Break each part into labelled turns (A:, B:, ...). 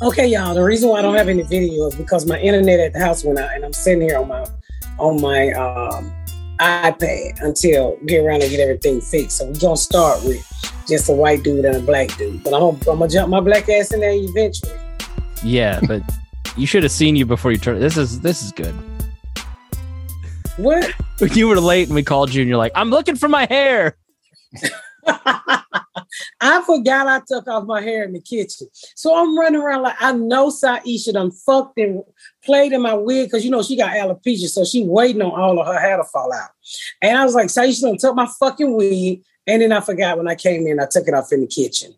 A: Okay, y'all. The reason why I don't have any video is because my internet at the house went out, and I'm sitting here on my on my um, iPad until get around and get everything fixed. So we gonna start with just a white dude and a black dude, but I'm gonna, I'm gonna jump my black ass in there eventually.
B: Yeah, but you should have seen you before you turned. This is this is good.
A: What?
B: When you were late and we called you, and you're like, "I'm looking for my hair."
A: I forgot I took off my hair in the kitchen. So I'm running around like I know Saisha done fucked and played in my wig because you know she got alopecia, so she waiting on all of her hair to fall out. And I was like, Saisha done took my fucking wig, and then I forgot when I came in, I took it off in the kitchen.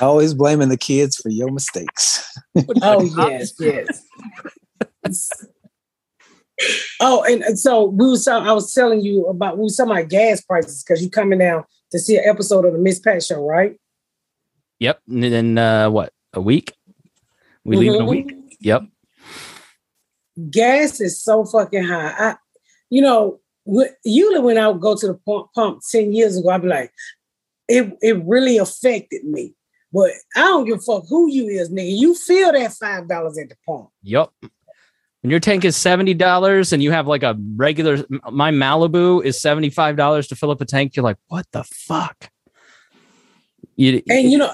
C: Always blaming the kids for your mistakes.
A: oh yes, yes. oh, and, and so we was I was telling you about we was talking about gas prices because you coming down to see an episode of the Miss Pat Show, right?
B: Yep. And then uh, what? A week? We leave
A: Mm-hmm.
B: in a week. Yep.
A: Gas is so fucking high. I, you know, wh- usually when I would go to the pump, pump ten years ago, I'd be like, it it really affected me. But I don't give a fuck who you is, nigga. You feel that five dollars at the pump.
B: Yep. When your tank is seventy dollars and you have like a regular, my Malibu is seventy five dollars to fill up a tank. You're like, what the fuck? You,
A: And you know,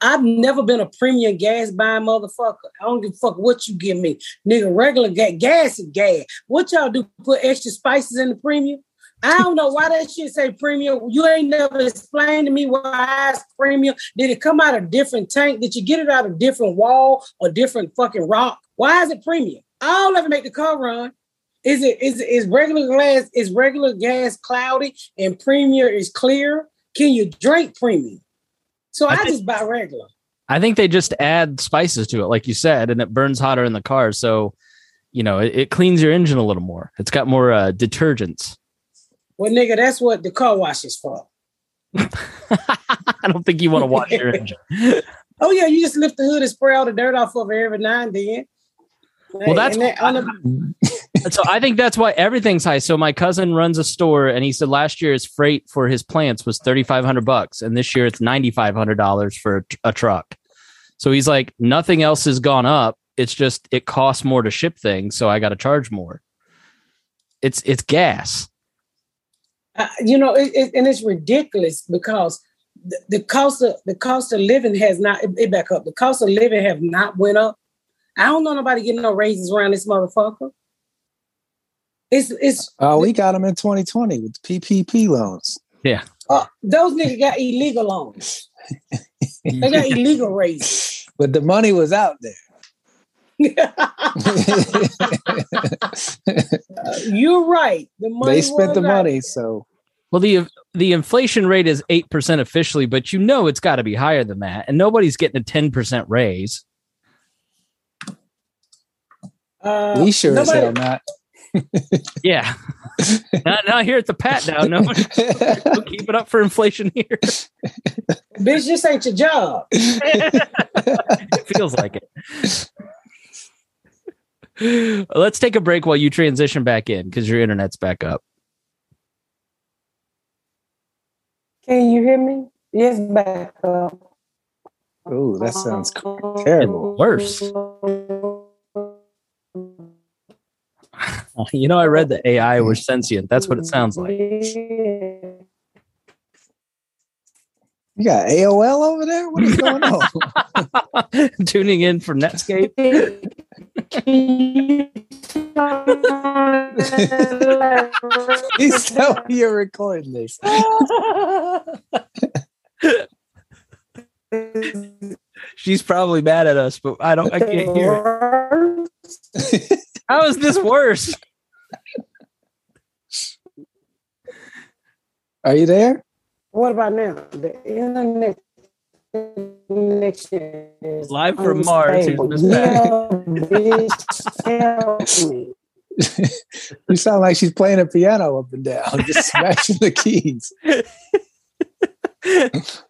A: I've never been a premium gas buying motherfucker. I don't give a fuck what you give me. Nigga, regular gas, gas is gas. What y'all do? Put extra spices in the premium? I don't know why that shit say premium. You ain't never explained to me why it's premium. Did it come out of different tank? Did you get it out of different wall or different fucking rock? Why is it premium? I'll never make the car run. Is it is is regular glass is regular gas cloudy and premium is clear? Can you drink premium? So
B: I
A: I,
B: think-
A: just buy regular.
B: I think they just add spices to it, like you said, and it burns hotter in the car. So, you know, it, it cleans your engine a little more. It's got more uh, detergents.
A: Well, nigga, that's what the car wash is for.
B: I don't think you want to wash your engine.
A: Oh yeah, you just lift the hood and spray all the dirt off of it every now and then.
B: Well, that's
A: And that- on the-
B: so I think that's why everything's high. So my cousin runs a store, and he said last year his freight for his plants was thirty five hundred bucks, and this year it's ninety five hundred dollars for a, tr- a truck. So he's like, nothing else has gone up. It's just it costs more to ship things, so I got to charge more. It's it's gas.
A: uh, you know, it, it, and it's ridiculous because the, the cost of the cost of living has not it, it back up. The cost of living have not went up. I don't know nobody getting no raises around this motherfucker. It's it's
C: Oh, we got them in 2020 with the PPP loans.
A: uh, those niggas got illegal loans. They got illegal raises.
C: But the money was out there.
A: You're right. The money
C: they spent
A: was
C: the
A: out
C: money,
A: there.
C: so
B: Well, the the inflation rate is eight percent officially, but you know it's got to be higher than that, and nobody's getting a ten percent raise.
A: Uh,
C: we sure
A: nobody-
C: as hell not.
B: Yeah, not, not here at the pat down. No, we'll keep it up for inflation here.
A: Bitch, this ain't your job.
B: it feels like it. Let's take a break while you transition back in because your internet's back up.
A: Can you hear me? Yes, back up.
C: Ooh, that sounds terrible.
B: Worse. You know, I read that AI were sentient. That's what it sounds like.
C: You got AOL over there? What is going on?
B: Tuning in for Netscape.
C: Please tell me you're recording this.
B: She's probably mad at us, but I don't. I can't hear. How is this worse?
C: Are you there?
A: What about now? The internet connection is
B: Live from Mars, here's
A: unstable.
B: Miss
A: Yeah, bitch, help me.
C: You sound like she's playing a piano up and down, just smashing the keys.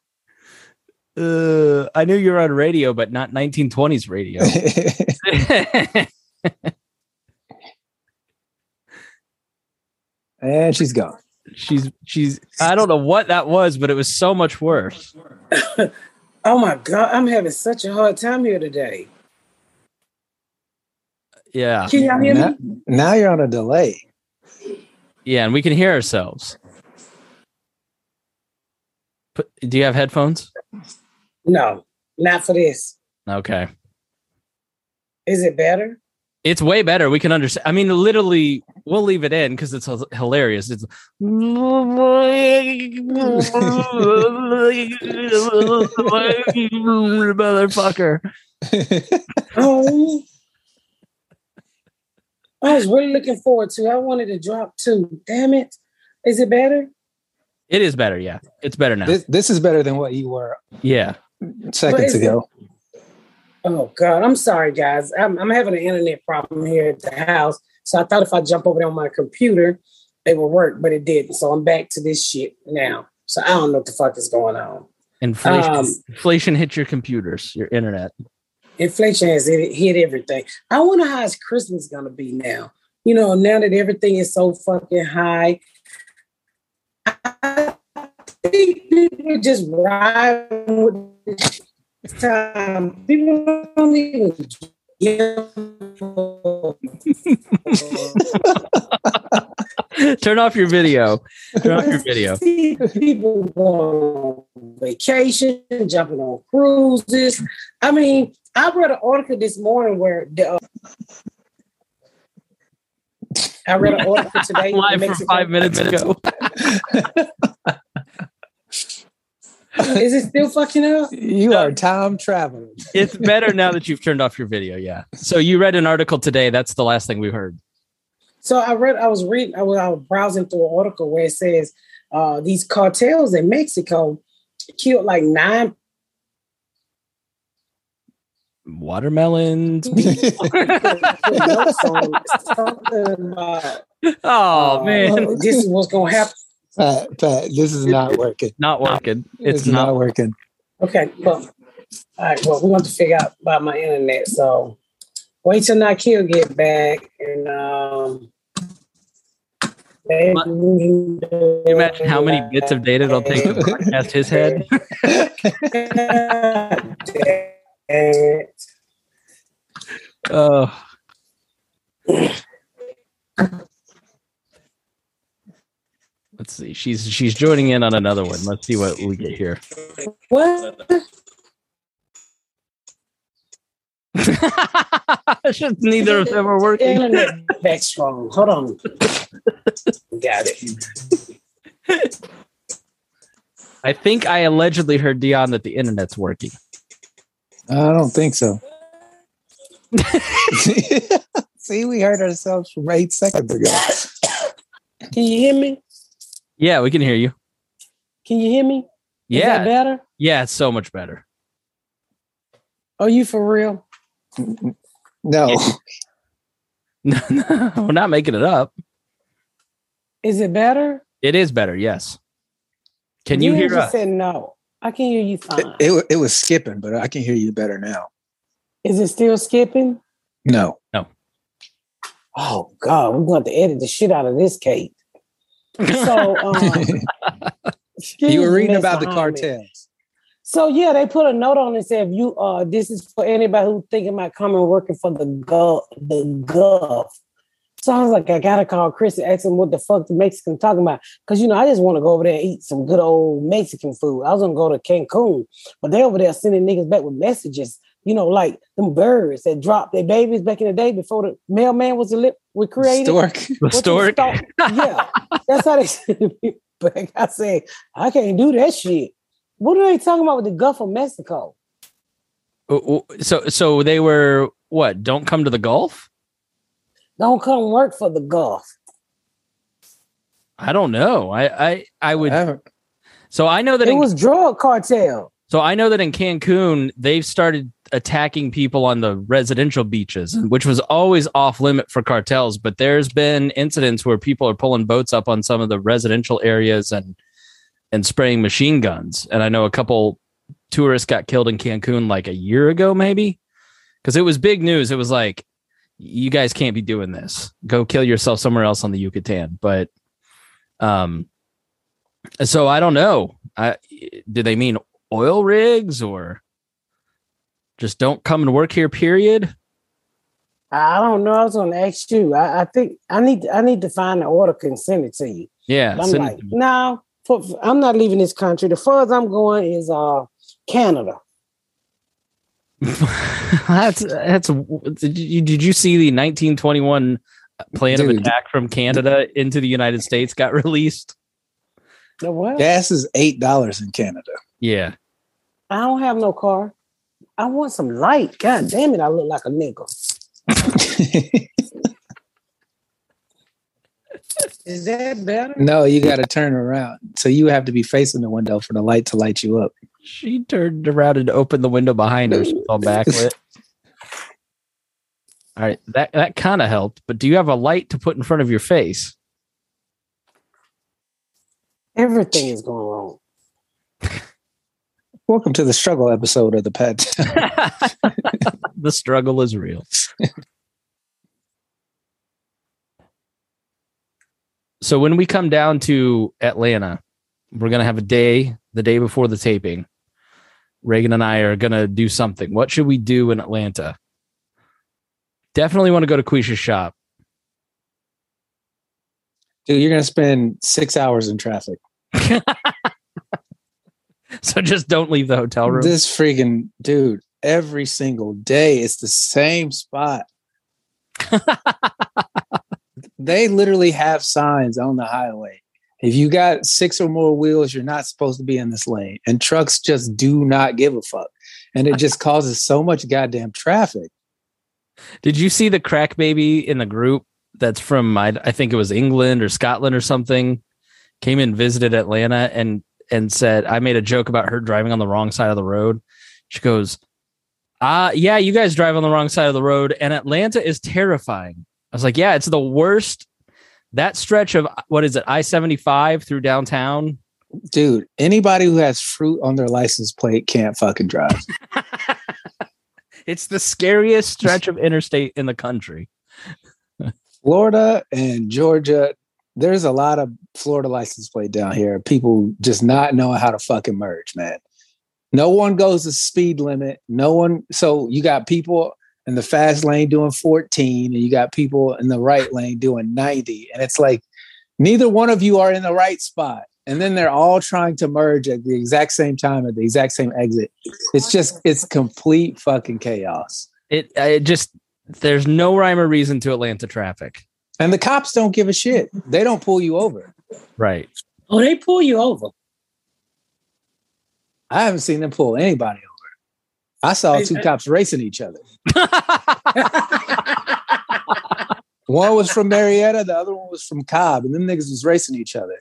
B: Uh, I knew you were on radio, but not 1920s radio.
C: and she's gone.
B: she's she's. I don't know what that was, but it was so much worse.
A: Oh my god, I'm having such a hard time here today.
B: Yeah,
A: Can y'all hear me?
C: Now, now you're on a delay.
B: yeah, and we can hear ourselves. Put, do you have headphones?
A: No, not for this.
B: Okay.
A: Is it better?
B: It's way better. We can understand. I mean, literally, we'll leave it in because it's h- hilarious. It's motherfucker.
A: Oh, I was really looking forward to. it. I wanted to drop too. Damn it! Is it better?
B: It is better. Yeah, it's better now.
C: This, this is better than what you were
B: yeah,
C: seconds
A: is it?
C: ago.
A: Oh God, I'm sorry, guys. I'm, I'm having an internet problem here at the house, so I thought if I jump over there on my computer, it would work, but it didn't. So I'm back to this shit now. So I don't know what the fuck is going on.
B: inflation.
A: Um,
B: inflation hit your computers, your internet.
A: Inflation has hit, hit everything. I wonder how is Christmas gonna be now. You know, now that everything is so fucking high, I think people are just riding with this time. People don't even give. a-
B: Turn off your video. Turn off your video.
A: See people going on vacation, jumping on cruises. I mean, I read an article this morning where the, uh, I read an article today. in
B: Live from
A: Mexico.
B: five minutes ago.
A: Is it still fucking up?
C: You are time traveling.
B: It's better now that you've turned off your video. Yeah. So you read an article today. That's the last thing we heard.
A: So I read, I was reading, I was, I was browsing through an article where it says uh, these cartels in Mexico killed like nine.
B: Watermelons.
A: put notes on something about,
B: Oh
A: uh,
B: man,
A: this is what's gonna happen.
C: Pat, Pat, this is not working.
B: not working. It's
C: It's not
B: not.
C: working.
A: Okay, well, all right, well, we're going to figure out about my internet. So wait till Nikhil get back and um
B: Ma- Imagine how many bits of data they'll take to broadcast his head. Oh, let's see. She's she's joining in on another one. Let's see what we get here.
A: what?
B: Just neither of them are working.
A: Internet back strong. Hold on. Got it.
B: I think I allegedly heard Dion that the internet's working.
C: I don't think so. See, we heard ourselves from eight seconds ago.
A: Can you hear me?
B: Yeah, we can hear you.
A: Can you hear me? Is that
B: Yeah,
A: better?
B: yeah, it's so much better.
A: Are you for real?
C: No,
B: No, no, we're not making it up.
A: Is it better?
B: It is better. Yes. Can you hear
A: just
B: us?
A: said no. I can hear you fine.
C: it, wa- it was skipping, but I can hear you better now.
A: Is it still skipping?
C: No.
A: Oh God, we're going to edit the shit out of this cake. So
B: Oh,
A: um,
C: you were reading
A: excuse
C: about the
A: Miss Muhammad.
C: cartels.
A: So yeah, they put a note on and said, if "You, uh, this is for anybody who thinking about coming working for the gov, the gov." So I was like, I gotta call Chris and ask him what the fuck the Mexican talking about, because you know I just want to go over there and eat some good old Mexican food. I was gonna go to Cancun, but they over there sending niggas back with messages, you know, like them birds that dropped their babies back in the day before the mailman was a was created.
C: Stork.
A: What you
B: Historic.
A: thought- yeah, that's how they send me back. I said, I can't do that shit. What are they talking about with the Gulf of Mexico?
B: Oh, oh, So so they were what? Don't come to the Gulf?
A: Don't come work for the Gulf.
B: I don't know. I I I would.
C: I haven't-
A: Uh,
B: So I know that
A: It
B: in,
A: was drug cartel.
B: So I know that in Cancun, they've started attacking people on the residential beaches, which was always off limit for cartels. But there's been incidents where people are pulling boats up on some of the residential areas and and spraying machine guns. And I know a couple tourists got killed in Cancun like a year ago, maybe, because it was big news. It was like, you guys can't be doing this. Go kill yourself somewhere else on the Yucatan. But, um, so I don't know. I do they mean oil rigs or just don't come and work here? Period.
A: I don't know. I was going to ask you. I, I think I need I need to find the order and send it to you.
B: Yeah,
A: I'm
B: send it
A: like,
B: to me.
A: no, for, for- I'm not leaving this country. The furthest I'm going is uh Canada.
B: that's that's. Did you, did you see the 1921 plan of
C: Dude.
B: attack from Canada into the United States got released?
A: The what?
C: Gas is eight dollars in Canada.
B: Yeah.
A: I don't have no car. I want some light. God damn it, I look like a nigga. Is that better?
C: no, you got to turn around, so you have to be facing the window for the light to light you up.
B: She turned around and opened the window behind her. She's all backlit. All right, that that kind of helped. But do you have a light to put in front of your face?
A: Everything is going wrong.
C: Welcome to the struggle episode of the Pat.
B: the struggle is real. so when we come down to Atlanta, we're gonna have a day, the day before the taping. Reagan and I are gonna do something. What should we do in Atlanta? Definitely want to go to Quisha's shop.
C: Dude, you're gonna spend six hours in traffic.
B: So just don't leave the hotel room.
C: This freaking dude, every single day it's the same spot. they literally have signs on the highway. If you got six or more wheels, you're not supposed to be in this lane. And trucks just do not give a fuck. And it just causes so much goddamn traffic.
B: Did you see the crack baby in the group that's from I, I think it was England or Scotland or something? Came and visited Atlanta and and said I made a joke about her driving on the wrong side of the road. She goes, "Ah, yeah, you guys drive on the wrong side of the road and Atlanta is terrifying." I was like, "Yeah, it's the worst that stretch of what is it? I-75 through downtown."
C: Dude, anybody who has fruit on their license plate can't fucking drive.
B: It's the scariest stretch of interstate in the country.
C: Florida and Georgia, there's a lot of Florida license plate down here. People just not knowing how to fucking merge, man. No one goes the speed limit. No one. So you got people in the fast lane doing 14, and you got people in the right lane doing 90. And it's like neither one of you are in the right spot. And then they're all trying to merge at the exact same time at the exact same exit. It's just, it's complete fucking chaos.
B: It it just there's no rhyme or reason to Atlanta traffic.
C: And the cops don't give a shit. They don't pull you over.
B: Right.
A: Oh, they pull you over.
C: I haven't seen them pull anybody over. I saw
A: Hey,
C: two
A: hey.
C: cops racing each other. One was from Marietta, the other one was from Cobb, and them niggas was racing each other.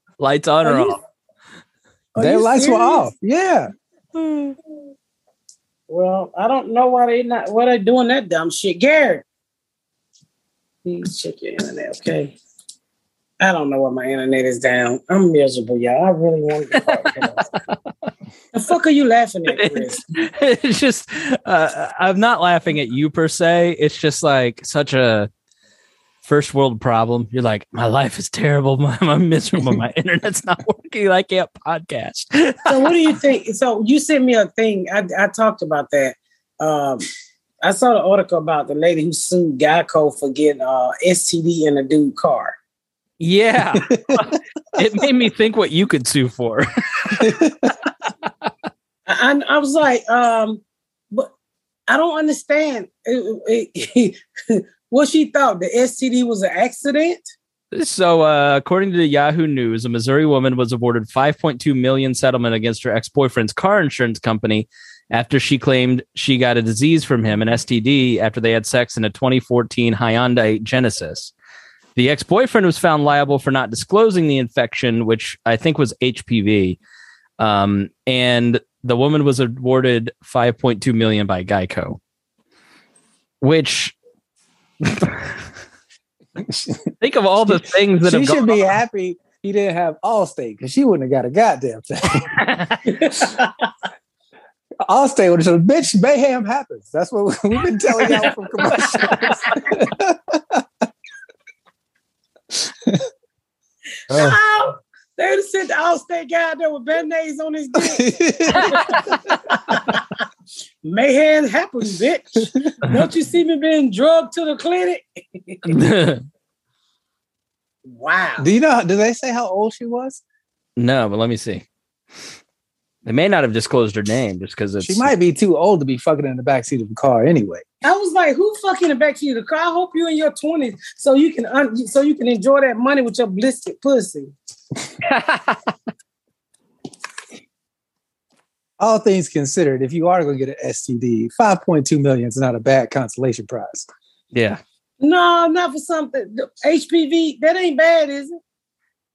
B: Lights on or
A: Are you-
B: off?
A: Are
C: Their
A: you
C: lights were
A: serious?
C: off. Yeah.
A: Well, I don't know why they not why they doing that dumb shit. Garrett, please check your internet, okay? I don't know why my internet is down. I'm miserable, y'all. I really want to fuck it up. The fuck are you laughing at, Chris?
B: it's just uh, I'm not laughing at you per se. It's just like such a first world problem. You're like, my life is terrible. My, I'm miserable. My internet's not working. I can't podcast.
A: So what do you think? So you sent me a thing. I, I talked about that. Um, I saw the article about the lady who sued Geico for getting uh, STD in a dude car.
B: yeah, it made me think what you could sue for.
A: I, I I was like, um, but I don't understand It- it- it- what she thought. The STD was an accident.
B: So, uh, according to the Yahoo News, a Missouri woman was awarded 5.2 million settlement against her ex-boyfriend's car insurance company after she claimed she got a disease from him, an STD, after they had sex in a 2014 Hyundai Genesis. The ex-boyfriend was found liable for not disclosing the infection, which I think was HPV. Um, and the woman was awarded 5.2 million by Geico, which think of all the things that
C: she
B: have
C: should
B: gone
C: be
B: on.
C: happy he didn't have Allstate because she wouldn't have got a goddamn thing. Allstate would have said, "Bitch, mayhem happens." That's what we've been telling y'all from commercials.
A: Oh, they would have sent the Allstate guy out there with band-aids on his dick. Mayhem happened, bitch. Don't you see me being drugged to the clinic? Wow.
C: do you know? Do they say how old she was?
B: no, but let me see. They may not have disclosed her name just because it's
C: She might be too old to be fucking in the backseat of a car anyway.
A: I was like, who fucking the back of the car? I hope you in your 20s so you can un- so you can enjoy that money with your blistered pussy.
C: All things considered, if you are going to get an STD, five point two million is not a bad consolation prize.
B: yeah.
A: No, not for something. the HPV, that ain't bad, is it?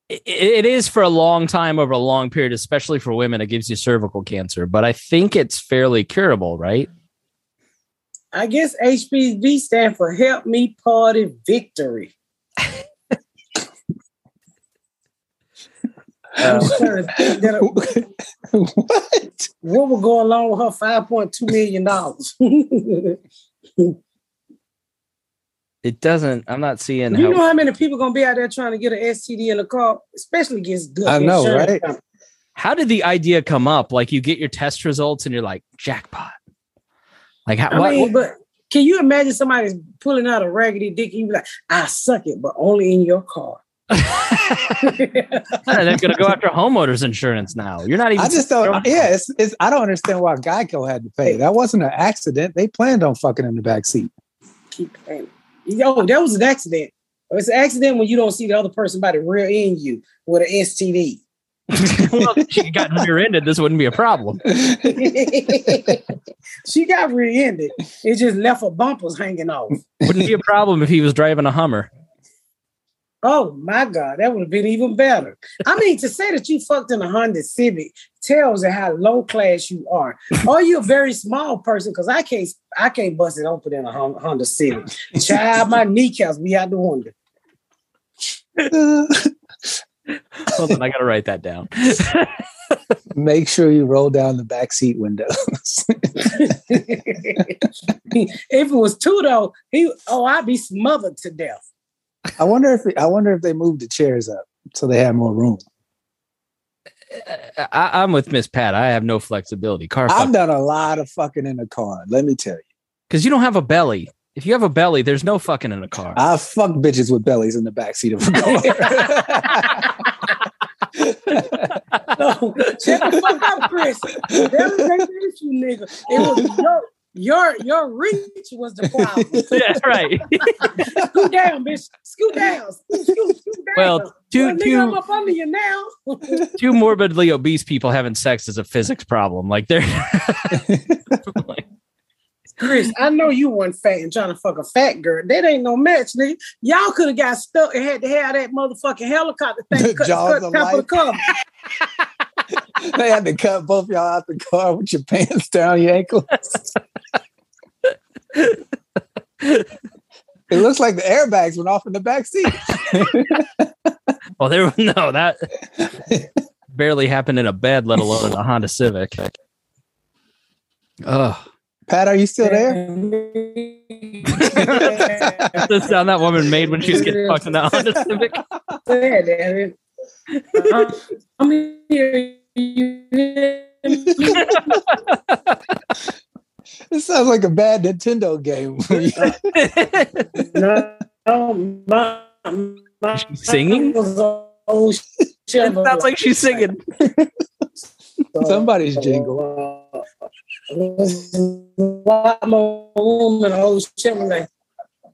B: It, it is for a long time over a long period, especially for women. It gives you cervical cancer, but I think it's fairly curable, right?
A: I guess HPV stand for help me party victory.
C: Um,
A: I was trying to think that
C: what?
A: what would go along with her five point two million dollars? you
B: It doesn't. I'm not seeing how.
A: know how many people gonna be out there trying to get an STD in a car, especially against good.
C: I know,
A: insurance
C: right?
A: company.
B: how did the idea come up? Like you get your test results and you're like jackpot. Like how,
A: I
B: what,
A: mean, but can you imagine somebody pulling out a raggedy dick and you be like, "I suck it, but only in your car."
B: and they're gonna go after homeowners insurance now. You're not even.
C: I just don't. Yeah, it's, it's. I don't understand why Geico had to pay. That wasn't an accident. They planned on fucking in the backseat.
A: Keep paying. Yo, that was an accident. It's an accident when you don't see the other person by the rear end you with an STD.
B: well, if she got rear ended. This wouldn't be a problem.
A: she got rear-ended. It just left her bumpers hanging off.
B: Wouldn't be a problem if he was driving a Hummer.
A: Oh my God, that would have been even better. I mean, to say that you fucked in a Honda Civic tells you how low class you are, or you're a very small person. Because I can't, I can't bust it open in a Hon- Honda Civic. Child, my kneecaps be out the window.
B: Hold on, I gotta write that down.
C: Make sure you roll down the backseat windows.
A: if it was two though, he oh, I'd be smothered to death.
C: I wonder if I wonder if they moved the chairs up so they had more room.
B: I, I'm with Miss Pat. I have no flexibility. Car
C: I've done a lot of fucking in a car. Let me tell you,
B: because you don't have a belly. If you have a belly, there's no fucking in a car.
C: I fuck bitches with bellies in the backseat of a
A: No, shut Oh, the fuck up, Chris. That was that issue, nigga. It was your your your reach was the problem.
B: yeah, right.
A: Scoot down, bitch. Scoot down. Scoot, scoot, scoot down.
B: Well, two-
A: nigga,
B: two-
A: I'm up under you now.
B: Two morbidly obese people having sex is a physics problem. Like they're
A: Chris, I know you weren't fat and trying to fuck a fat girl. That ain't no match, nigga. Y'all could have got stuck and had to have that motherfucking helicopter
C: The
A: thing cut,
C: jaws
A: cut
C: of
A: top of the cover.
C: car. they had to cut both y'all out the car with your pants down your ankles. it looks like the airbags went off in the backseat.
B: Well, there no that barely happened in a bed, let alone in a Honda Civic. Oh,
C: Pat, are you still there?
B: the sound that woman made when she was getting fucked in that Honda Civic.
A: Said that. Uh, I'm here. You hear me?
C: This sounds like a bad Nintendo game.
A: No, no, Oh, my, my
B: Is she singing?
A: was a- oh, shit.
B: It sounds like she's singing.
C: Somebody's jingle.
A: Uh, I'm a woman, old Chevrolet.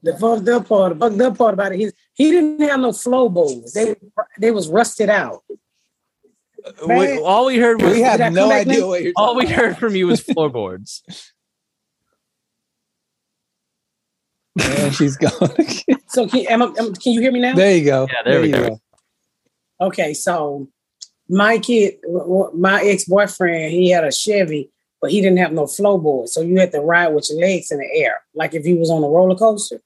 A: The fucked up part, fucked up part about it, he, he didn't have no flow bowls. They they was rusted out.
B: We, all we heard
C: We
B: was
A: Did I
C: have
A: come
C: no
A: back
C: idea
A: now?
C: what you're
B: all
C: talking
B: we heard from you was floorboards.
C: about. And she's gone. again.
A: So can am I, am- can you hear me now?
C: there you go.
B: Yeah, there we
C: you
B: go.
A: Okay, so My kid, my ex boyfriend, he had a Chevy, but he didn't have no flowboard, so you had to ride with your legs in the air, like if you was on a roller coaster.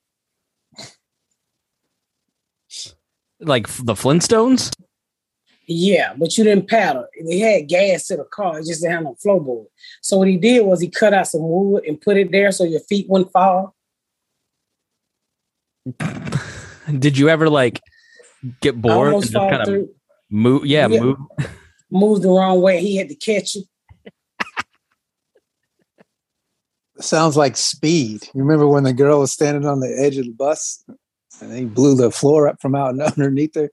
B: Like the Flintstones?
A: Yeah, but you didn't paddle. It had gas to the car. It just didn't have no flowboard. So what he did was he cut out some wood and put it there so your feet wouldn't fall.
B: Did you ever like get
A: I
B: bored and
A: almost
B: just
A: fall
B: kind of
A: through,
B: move? Yeah,
A: Yeah.
B: move.
A: moved the wrong way. He had to catch it.
C: Sounds like speed. You remember when the girl was standing on the edge of the bus and they blew the floor up from out and underneath her?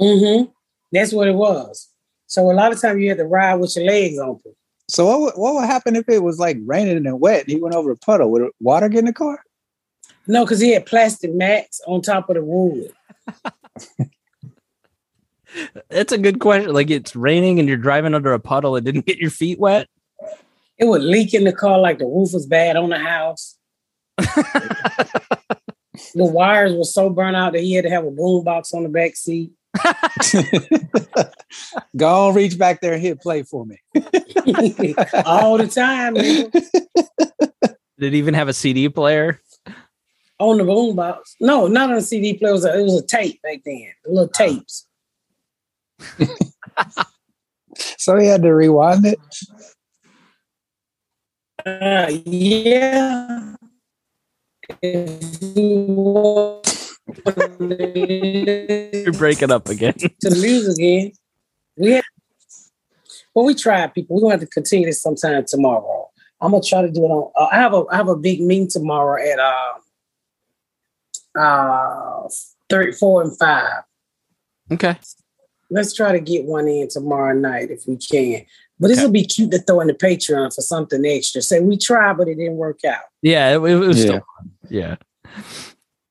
A: Mm-hmm. That's what it was. So a lot of time you had to ride with your legs open.
C: So what would, what would happen if it was like raining and wet and he went over a puddle? Would water get in the car?
A: No, because he had plastic mats on top of the wood.
B: That's a good question. Like it's raining and you're driving under a puddle. It didn't get your feet wet.
A: It would leak in the car like the roof was bad on the house. the wires were so burnt out that he had to have a boom box on the back seat.
C: Go on, reach back there and hit play for me.
A: all the time nigga.
B: Did it even have a CD player?
A: on the boombox. No, not on the CD player. It was a, it was a tape back then. The little tapes.
C: So he had to rewind it.
A: Uh, yeah.
B: You're
A: You're
B: breaking up again.
A: to the music again. We had, well, we tried, people. We're gonna have to continue this sometime tomorrow. I'm gonna try to do it on. Uh, I have a I have a big meeting tomorrow at uh uh three, four, and five.
B: Okay.
A: Let's try to get one in tomorrow night if we can. But this would be cute to throw in the Patreon for something extra. Say we tried, but it didn't work out.
B: Yeah, it, it was
C: Yeah.
B: still fun. Yeah.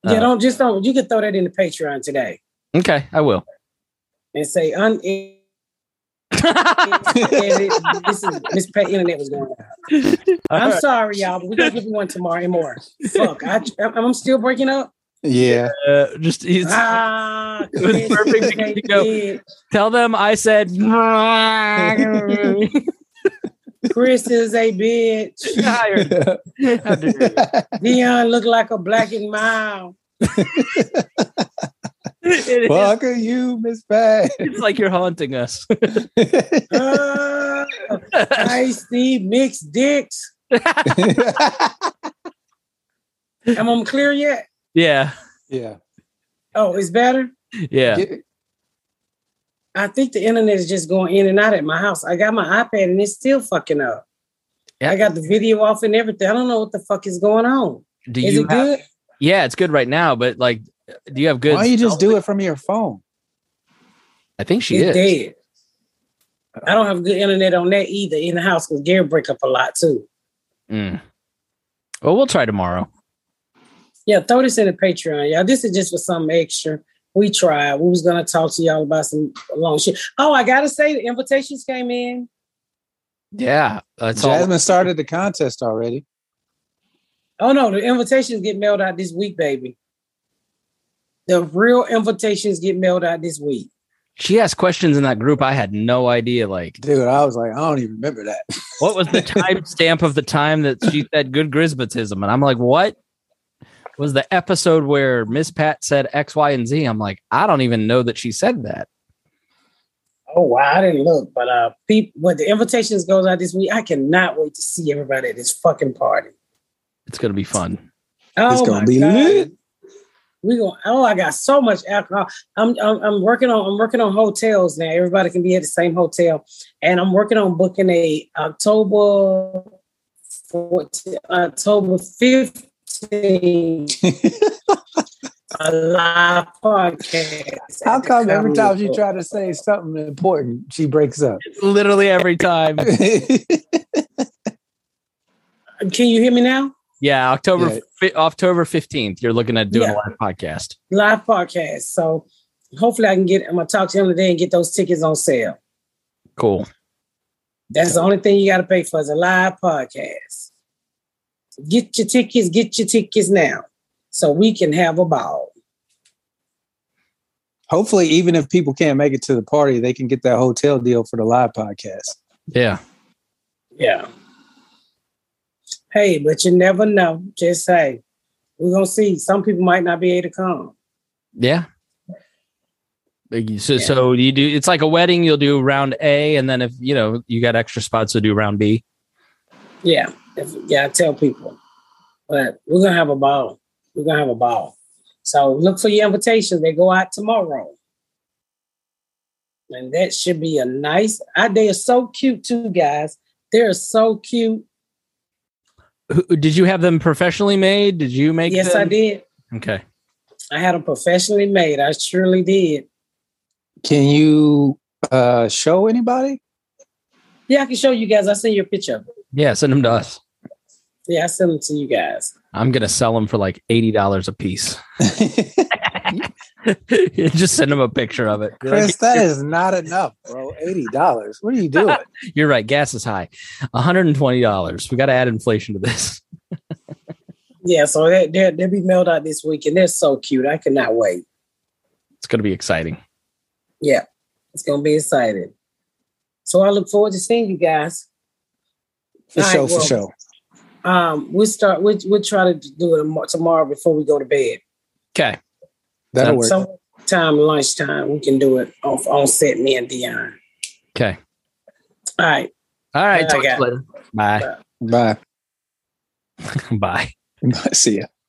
A: yeah,
B: Uh,
A: don't just don't. You can throw that in the Patreon today
B: Okay, I will.
A: and say un. this is this pa- internet was going on. I'm
B: All right.
A: sorry, y'all, but we're gonna give you one tomorrow and more. Fuck, I, I'm I'm still breaking up.
C: Yeah.
B: Uh, just it's-
A: ah,
B: it was perfect to
A: they
B: go.
A: did.
B: tell them I said. Tired.
A: Chris is a bitch.
B: How dare you.
A: Dion looked like a black and mild.
B: It is-
C: Fuck are you, Miss Bad.
B: it's like you're haunting us.
A: Ah, Ice Steve mixed dicks. Am I clear yet?
B: yeah,
C: yeah.
A: Oh, it's better.
B: yeah.
C: Get-
A: I think the internet is just going in and out at my house. I got my iPad and it's still fucking up.
B: Yeah.
A: I got the video off and everything. I don't know what the fuck is going on.
B: Do
A: Is
B: you
A: it
B: have-
A: good?
B: Yeah, it's good right now, but like, do you have good?
C: Why don't you just do it from your phone?
B: I think she
A: it's
B: is.
A: dead. I don't have good internet on that either in the house because Gary break up a lot too.
B: Mm. Well, we'll try tomorrow.
A: Yeah, throw this in the Patreon, y'all. This is just for something extra. We tried. We was gonna talk to y'all about some long shit. Oh, I gotta say, the invitations came in.
B: Yeah, that's all.
C: Jasmine started the contest already.
A: Oh no, the invitations get mailed out this week, baby. The real invitations get mailed out this week.
B: She asked questions in that group. I had no idea. Like,
C: Dude, I was like, I don't even remember that.
B: what was the timestamp of the time that she said good grisbatism? And I'm like, what was the episode where Miss Pat said X, Y, and Z? I'm like, I don't even know that she said that.
A: Oh wow, I didn't look, but uh, people, but the invitations goes out this week. I cannot wait to see everybody at this fucking party.
B: It's gonna be fun.
A: Oh
C: It's gonna
A: my
C: be
A: God.
C: lit.
A: We going oh I got so much alcohol. I'm, I'm I'm working on I'm working on hotels now. Everybody can be at the same hotel. And I'm working on booking a October 14, October 15th a live podcast.
C: How come every time she try to say something important, she breaks up?
B: Literally every time.
A: Can you hear me now?
B: Yeah, October
C: Yeah.
B: fi- October fifteenth. You're looking at doing
A: Yeah.
B: a live podcast.
A: Live podcast. So hopefully I can get I'm gonna talk to him today and get those tickets on sale.
B: Cool.
A: That's the only thing you got to pay for is a live podcast. Get your tickets, get your tickets now, so we can have a ball.
C: Hopefully, even if people can't make it to the party, they can get that hotel deal for the live podcast.
B: Yeah.
A: Yeah. Hey, but you never know. Just hey, we're gonna see. Some people might not be able to come.
B: Yeah. Like, So,
A: Yeah.
B: so you do it's like a wedding you'll do round a and then if you know you got extra spots to do round b
A: Yeah. If, yeah, I tell people. But we're gonna have a ball. We're gonna have a ball. So look for your invitations. They go out tomorrow. And that should be a nice I they are so cute too, guys. They're so cute.
B: Who- did you have them professionally made did you make
A: yes,
B: them?
A: I did.
B: okay
A: I had them professionally made. I surely did.
C: Can you uh, show anybody?
A: Yeah, I can show you guys. I send you a picture of it.
B: yeah send them to us
A: Yeah, I send them to you guys.
B: i'm gonna sell them for like $80 a piece just send them a picture of it You're like,
C: Chris, that is not enough, bro. Eighty dollars. What are you doing?
B: you're right gas is high $120 we got to add inflation to this
A: Yeah, so they they they'll be mailed out this week, and they're so cute. I cannot wait.
B: it's gonna be exciting
A: Yeah, it's gonna be exciting. So I look forward to seeing you guys.
C: For
A: All right,
C: show, for
A: well,
C: show.
A: Um, we'll start. We'll, we'll try to do it tomo- tomorrow before we go to bed.
B: okay
C: That'll work.
A: Sometime lunchtime, we can do it on, on set. Me and Dion.
B: okay
A: All right.
B: all right
A: I
B: talk to you
A: got-
B: later. bye
C: Bye.
B: bye
C: See ya.